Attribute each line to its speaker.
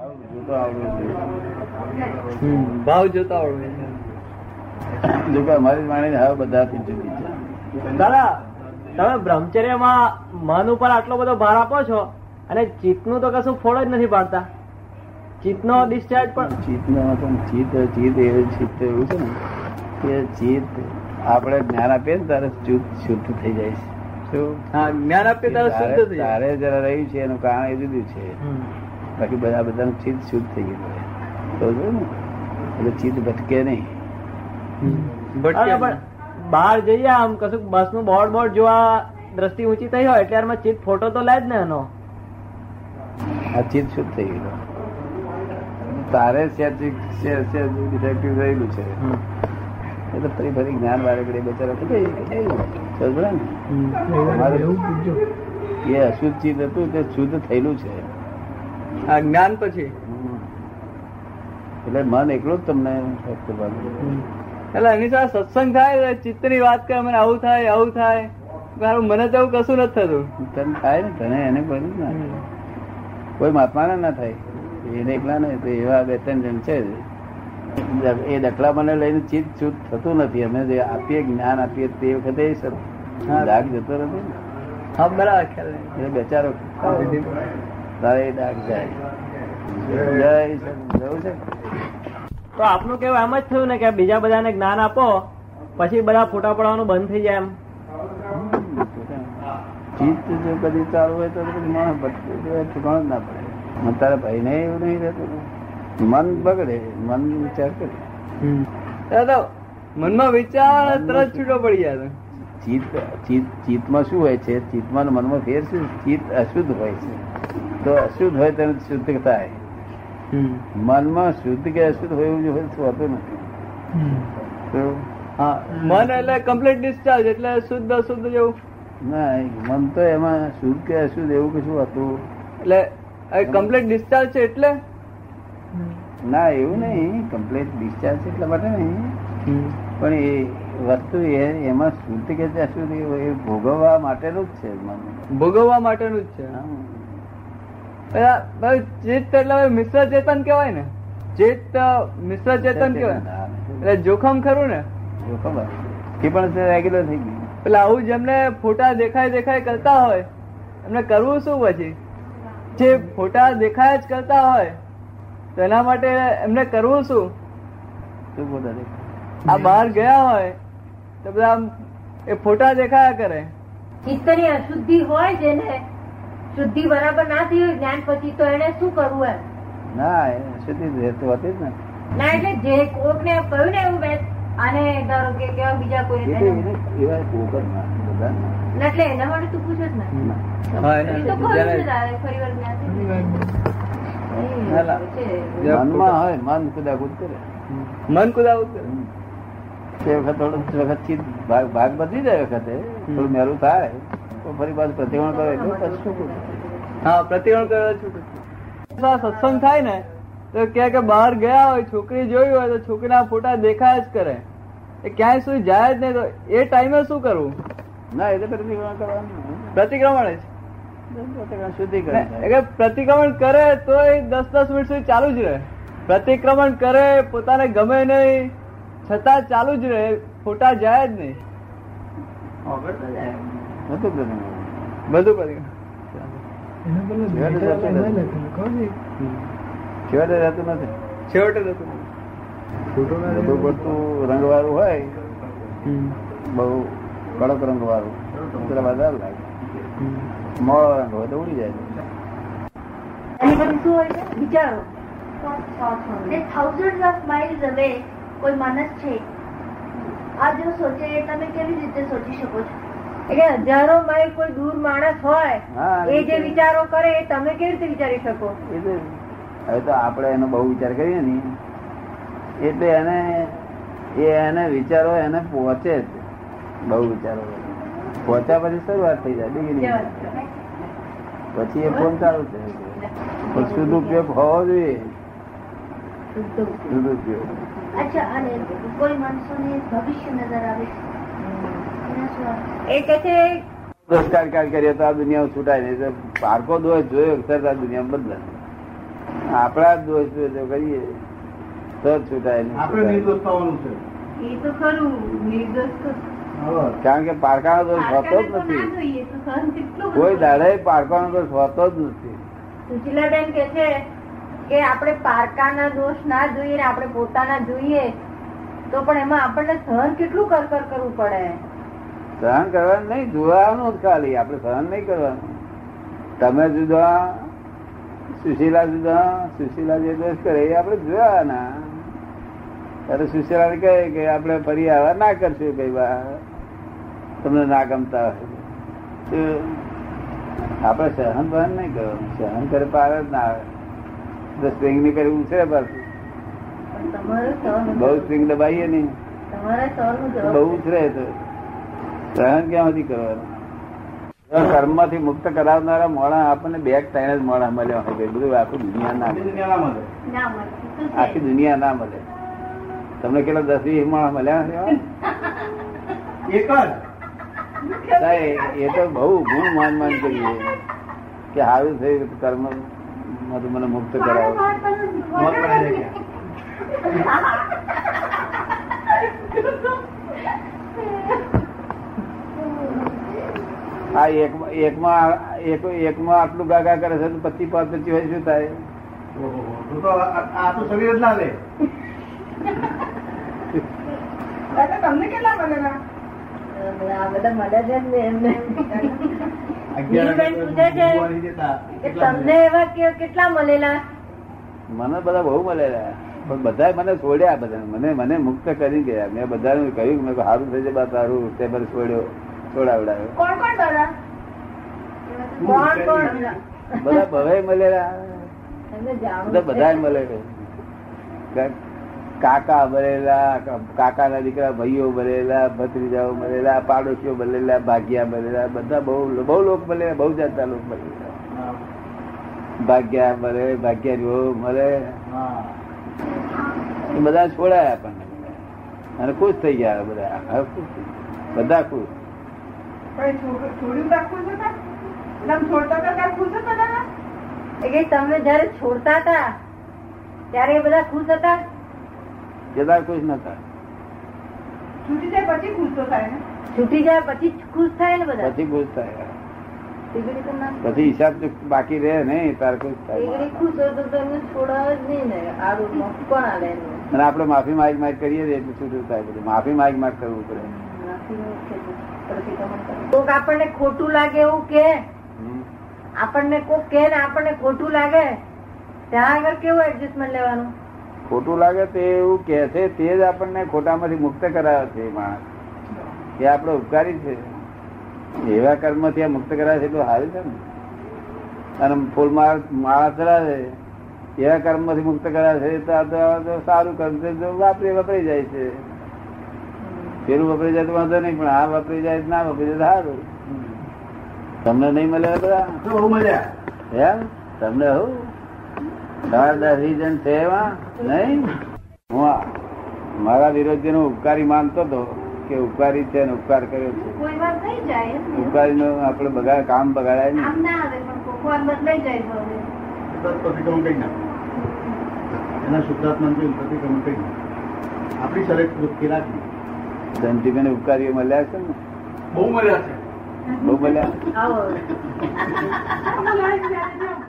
Speaker 1: જોતા આવડે
Speaker 2: હમ, ભાવ જોતા આવડે
Speaker 1: છે જો કે અમારી વાણી હવે બધાથી જુદી છે
Speaker 3: દાદા તમે બ્રહ્મચર્યમાં મન ઉપર આટલો બધો ભાર આપો છો અને ચિત્તનું તો કશું ફોડ જ નથી પાડતા ચિત્તનો discharge પણ
Speaker 1: ચિત્તમાં પણ ચિત્ત ચિત્ત એ ચિત્ત એવું છે ને કે ચિત્ત આપણે જ્ઞાન આપીએ ને ત્યારે ચિત્ત શુદ્ધ થઈ જાય છે શું?
Speaker 2: હા જ્ઞાન આપીએ ત્યારે શુદ્ધ
Speaker 1: તારે
Speaker 2: થઈ જાય
Speaker 1: તારે જરા રહ્યું છે એનું કારણ એ જુદું છે
Speaker 3: હમ.
Speaker 1: બાકી બધા બધાનું ચિત્ત શુદ્ધ થઈ ગયું છે. તો જો ને એટલે ચિત્ત ભટકે નહીં
Speaker 3: અરે
Speaker 2: ભટકે
Speaker 3: પણ બહાર જઈએ આમ કશું બસનું બોર્ડ બોર્ડ જોવા દ્રષ્ટિ ઊંચી થઈ હોય એટલે આમાં ચિત્ત ફોટો તો લે જ ને એનો
Speaker 1: આ ચિત્ત શુદ્ધ થઈ ગયું તારે સેટિક છે છે ડિફેક્ટિવ રહેલું છે એટલે ફરી ફરી જ્ઞાન વાળે ઘડી બચારા થઈ જાય. સમજ પડે ને એ અશુદ્ધ ચિત્ત હતું તે શુદ્ધ થયેલું છે
Speaker 2: આ જ્ઞાન પછી
Speaker 1: એટલે મન એકલું જ તમને હેલ્પ કરવાનું
Speaker 2: એટલે એની સાથે સત્સંગ થાય એટલે ચિત્તની વાત કરે મને આવું થાય આવું થાય મારું મને તો એવું કશું નથી થતું
Speaker 1: તને થાય ને તને એને પણ ના કોઈ મહાત્માને ના થાય એને એકલા ને તો એવા બે ત્રણ જણ છે જ. એ દખલા મને લઈને ચિત્ત શુદ્ધ થતું નથી અમે જે આપીએ જ્ઞાન આપીએ તે વખતે એ સત- ડાઘ જતો નથી ને.
Speaker 2: હા બરાબર ખ્યાલ આવ્યો.
Speaker 1: એટલે બેચારો તારે એ ડાઘ જાય જય સત- જવું છે
Speaker 3: તો આપનું કેવું એમ જ થયું ને કે બીજા બધાને જ્ઞાન આપો પછી બધા ફોટા પડવાનું બંધ થઈ જાય એમ
Speaker 1: ચિત્ત જો કદી ચાલુ હોય તો પછી માણસ ભટકે ઠેકાણું જ ના પડે મન તારા ભાઈને એવું નહીં રહેતું મન બગડે મન વિચાર કરે
Speaker 2: દાદા મનમાં વિચાર તરત છૂટો પડી જાય તો.
Speaker 1: ચિત્ત ચિત્ત ચિત્તમાં શું હોય છે ચિત્તમાં અને મનમાં ફેર શું ચિત્ત અશુદ્ધ હોય છે તો અશુદ્ધ હોય તેને શુદ્ધ થાય મનમાં શુદ્ધ કે અશુદ્ધ હોય એવું હોય તો હોતું નથી તો
Speaker 2: હા મન એટલે કમ્પ્લીટ ડિસ્ચાર્જ એટલે શુદ્ધ અશુદ્ધ જેવું
Speaker 1: ના મન તો એમાં શુદ્ધ કે અશુદ્ધ એવું કશું હતું
Speaker 2: એટલે કમ્પ્લીટ ડિસ્ચાર્જ છે એટલે
Speaker 1: ના એવું નહીં કમ્પ્લેટ ડિસ્ચાર્જ એટલા માટે નહીં પણ એ વસ્તુ એ- એમાં શુદ્ધ કે ત્યાં સુધી એ ભોગવવા માટેનું જ છે મન
Speaker 2: ભોગવવા માટેનું જ છે પેલા- પેલું ચિત્ત એટલે હવે મિશ્ર ચેતન કહેવાય ને ચિત્ત મિશ્ર ચેતન કહેવાય એટલે જોખમ ખરું ને
Speaker 1: જો ખબર એ પણ રેગ્યુલર થઈ ગયું
Speaker 2: પેલા આવું જેમને ફોટા દેખાય દેખાય કરતા હોય એમને કરવું શું પછી જે ફોટા દેખાય જ કરતા હોય તો એના માટે એમને કરવું શું
Speaker 1: શું બોલે છે?
Speaker 2: આ બહાર ગયા હોય તો બધા આમ એ ફોટા દેખાયા કરે
Speaker 4: ચિત્તની અશુદ્ધિ હોય જેને શુદ્ધિ બરાબર ના થઈ હોય જ્ઞાન પછી તો એને શું કરવું એમ
Speaker 1: ના એ સુધી જ રહેતું હતું જ ને
Speaker 4: ના એટલે જે કોકને કહ્યું ને એવું બેસ અને ધારો કે કેવા બીજા કોઈ
Speaker 1: એ તો
Speaker 4: તેને-
Speaker 1: એને એવા ભોગવ ના બધા
Speaker 4: ના એટલે એના માટે તું પૂછે જ ને
Speaker 2: હા,
Speaker 4: એ તો કહ્યું જ ને તારે ફરી વાર જ્ઞાન થઈ ગયું. એ
Speaker 2: હાલા.
Speaker 4: છે.
Speaker 2: જરા
Speaker 1: મનમાં હોય મન કુદાકુદ કરે
Speaker 2: મન કુદાવું કરે
Speaker 1: હમ. તે વખત થોડો વખત ચિત્ત ભાગ ભાગ બદલી જાય વખતે થોડું મેલું થાય તો ફરી પાછું પ્રતિકોણ કરે એટલે પછી શું બોલે?
Speaker 2: હા પ્રતિક્રમણ કરવા છૂટું સત્સંગ થાય ને તો કે કે બહાર ગયા હોય છોકરી જોઈ હોય તો છોકરીના ફોટા દેખાયા જ કરે એ ક્યાંય સુધી જાય જ નહીં તો એ ટાઈમે શું કરવું
Speaker 1: ના એ તો પ્રતિકોણ કરવાનું
Speaker 2: પ્રતિક્રમણ જ
Speaker 1: પોતે શુદ્ધિકરણ
Speaker 2: ને, એ
Speaker 1: થાય.
Speaker 2: કે પ્રતિક્રમણ કરે તો એ દસ દસ મિનિટ સુધી ચાલુ જ રહે પ્રતિક્રમણ કરે પોતાને ગમે નહીં છતાં ચાલુ જ રહે ફોટા જાય જ નહીં
Speaker 1: નહોતું પ્રતિક્રમણ.
Speaker 2: બધું પ્રતિક્રમણ
Speaker 1: છેવટે રહેતું નથી. છેવટે રહેતું નથી.
Speaker 2: છેવટે જતું.
Speaker 1: બધું પડતું રંગવાળું હોય બહુ કડક રંગવાળું પેલા વધારે લાગે મોળો રંગ હોય તો ઉડી જાય
Speaker 4: એની પછી શું હોય છે વિચારો
Speaker 5: ને thousands of miles away કોઈ માણસ છે આ જો સોચે એ તમે કેવી રીતે સોચી શકો છો
Speaker 4: એટલે હજારો માઇલ કોઈ દૂર માણસ હોય
Speaker 1: હા
Speaker 4: એ જે વિચારો કરે એ તમે કેવી રીતે વિચારી શકો
Speaker 1: એ તો હવે તો આપણે એનો બહુ વિચાર કરીએ ને એટલે એને એ એને વિચારો એને પહોંચે જ બહુ વિચારો પહોંચ્યા પછી શરૂઆત થઈ જાય beginning. પછી એ ફોન ચાલુ છે પણ સદુપયોગ હોવો જોઈએ સદુપયોગ
Speaker 5: અચ્છા અને કોઈ માણસોને ભવિષ્ય નજર આવે છે એના શું અર્થ?
Speaker 4: એ કે છે
Speaker 1: દોષ કાર્ય કરીએ તો આ દુનિયા છૂટાય નહીં પારકો દોષ જોયો ત્યારે આ દુનિયા બદલાય આપણા જ દોષ જો કરીએ તો જ છૂટાય નહીં.
Speaker 6: આપણે નિર્દોષ થવાનું છે
Speaker 5: એ તો ખરું નિર્દોષ તો
Speaker 6: હા.
Speaker 1: કારણ કે પારકાનો દોષ હોતો
Speaker 5: પારકાને
Speaker 1: જ
Speaker 5: તો ના
Speaker 1: નથી
Speaker 5: જોઈએ તો સહન કેટલો બધો.
Speaker 1: કોઈ દાડે પારકાનો દોષ હોતો જ નથી
Speaker 4: સુશીલાબેન કે છે કે આપણે પારકાના દોષ ના જોઈએ ને આપણે પોતાના જોઈએ તો પણ એમાં આપણને સહન કેટલું કરકર કરવું પડે
Speaker 1: સહન કરવાનું નહીં જોવાનું જ ખાલી આપણે સહન નહીં કરવાનું તમે જુદા સુશીલા જુદા સુશીલા જે દોષ કરે એ આપણે જોવાના ત્યારે સુશીલા કહે કે આપણે ફરી આવા ના કરશું ભાઈ બા તમને ના ગમતા હોય તો આપણે સહન બહન નહીં કરવાનું સહન કરે પાર જ ના આવે તો સ્પ્રિંગ ની કરી ઉછરે પાછું
Speaker 4: પણ તમારે સહન
Speaker 1: બહુ સ્પ્રિંગ દબાઈએ નહીં
Speaker 4: તમારે સહન નું
Speaker 1: બહુ ઉછરે તો સહન ક્યાંથી કરવાનું કર્મ થી મુક્ત કરાવનારા મોણા આપણને બે કે ત્રણ જ મોણા મળ્યા હોય ભાઈ. બધું આખું દુનિયા ના મળે.
Speaker 6: બીજું ક્યાં ના મળે
Speaker 5: ના મળે તો છે.
Speaker 1: આખી દુનિયા ના મળે તમને કેટલા દસ વીસ મોણા મળ્યા હશે?
Speaker 6: એક જ
Speaker 1: સાહેબ, એ તો બહુ ગુણ માન માન કરીએ કે સારું થયું કર્મ માંથી મને મુક્ત
Speaker 5: મારો
Speaker 1: કરાવો
Speaker 5: ભાગ બધો
Speaker 6: મોત
Speaker 5: વગર
Speaker 6: પડી
Speaker 5: નથી.
Speaker 6: જાય ક્યાં?
Speaker 1: આ એક એકમાં એક એકમાં આટલું ગાગા કરે છે તો પચીસ પાંચ પચીસ હોય શું થાય
Speaker 6: ઓહો, તો તો આ આ તો શરીર જ ના લે
Speaker 4: આ બધા મળે છે ને એમને
Speaker 6: અગિયાર
Speaker 4: નીરુબેન પૂછે છે.
Speaker 6: ગુરુવારે જતા.
Speaker 4: કે તમને એવા કે- કેટલા મળેલા
Speaker 1: મને બધા બહુ મળેલા પણ બધા મને છોડ્યા બધા મને મને મુક્ત કરી ગયા મેં બધાને કહ્યું મેં સારું થઈ જાય તારું તે મને છોડ્યો છોડાવડાયો
Speaker 5: કોણ કોણ દાદા
Speaker 4: કોણ કોણ
Speaker 1: બધા ભવે મળેલા
Speaker 4: એમને જાણવું
Speaker 1: બધા
Speaker 4: છે.
Speaker 1: બધા મળે કાકા મળેલા કાકાના દીકરા ભાઈઓ મળેલા ભત્રીજાઓ મળેલા પાડોશીઓ મળેલા ભાગ્યા મળેલા બધા બહુ બહુ લોક મળેલા બહુ જાતના લોક મળેલા
Speaker 6: હા,
Speaker 1: ભાગ્યા મળે ભાગ્યા જેવો મળે
Speaker 6: હા.
Speaker 1: એ બધા છોડાયા આપણને અને ખુશ થઈ ગયા બધા હવે ખુશ થઈ ગયા. બધા ખુશ
Speaker 4: એ કે તમે જયારે છોડતા હતા ત્યારે એ બધા ખુશ હતા
Speaker 1: જતા ખુશ નતા
Speaker 4: છૂટી જાય પછી જ ખુશ થાય ને બધા
Speaker 1: પછી ખુશ થાય
Speaker 4: તીગડી તો ના
Speaker 1: પછી હિસાબ તો બાકી રહે નહીં તાર ખુશ થાય
Speaker 4: તીગડી ખુશ હોય તો તો એમને છોડાવે જ નહીં ને આ રૂપમાં કોણ આવે એમને
Speaker 1: અને આપણે માફી માગ માગ કરીએ ને એટલે છૂટું થાય બધું માફી માગ માગ કરવું પડે
Speaker 4: કોક આપણને ખોટું લાગે એવું કે
Speaker 1: હમ.
Speaker 4: આપણને કોક કે ને આપણને ખોટું લાગે ત્યાં આગળ કેવું એડજસ્ટમેન્ટ લેવાનું
Speaker 1: ખોટું લાગે તો એ એવું કહે છે તે જ આપણને ખોટામાંથી મુક્ત કરાવે છે એ માણસ એ આપણો ઉપકારી છે એવા કર્મથી આ મુક્ત કરાવે છે એટલું સારું છે ને અને ફૂલ માળા માળા ચડાવે એવા કર્મથી મુક્ત કરાવે છે તો આ તો- આ તો સારું કર્મ છે તો વાપરી વપરાઈ જાય છે પેલું વપરાઈ જાય તો વાંધો નહીં પણ આ વપરાઈ જાય તો ના વપરાઈ જાય તો સારું
Speaker 6: હમ.
Speaker 1: તમને નહીં મળે બધા
Speaker 6: તો બહુ મજા
Speaker 1: એમ તમને હું તમારા દસ રીઝન છે એમાં નહીં હું આ- મારા વિરોધી નો ઉપકારી માનતો હતો કે ઉપકારી છે ને ઉપકાર કર્યો છે
Speaker 5: કોઈ વાર થઈ જાય એમ ને.
Speaker 1: ઉપકારી નો આપડે બગાડ કામ બગાડાય નહીં
Speaker 5: આમ ના આવે પણ કોક વાર બદલાઈ જાય ભાવે.
Speaker 6: પ્રતિક્રમણ કઈ ના એના શુદ્ધાત્મા પ્રતિક્રમણ કઈ ના આપણી શરીર વૃત્તિ રાખી
Speaker 1: ધનજીભાઈ ઉપકારીઓ મળ્યા છે ને
Speaker 6: બહુ મજા છે
Speaker 1: બહુ મળ્યા
Speaker 4: આવો
Speaker 5: આમ લાગે ત્યારે જો.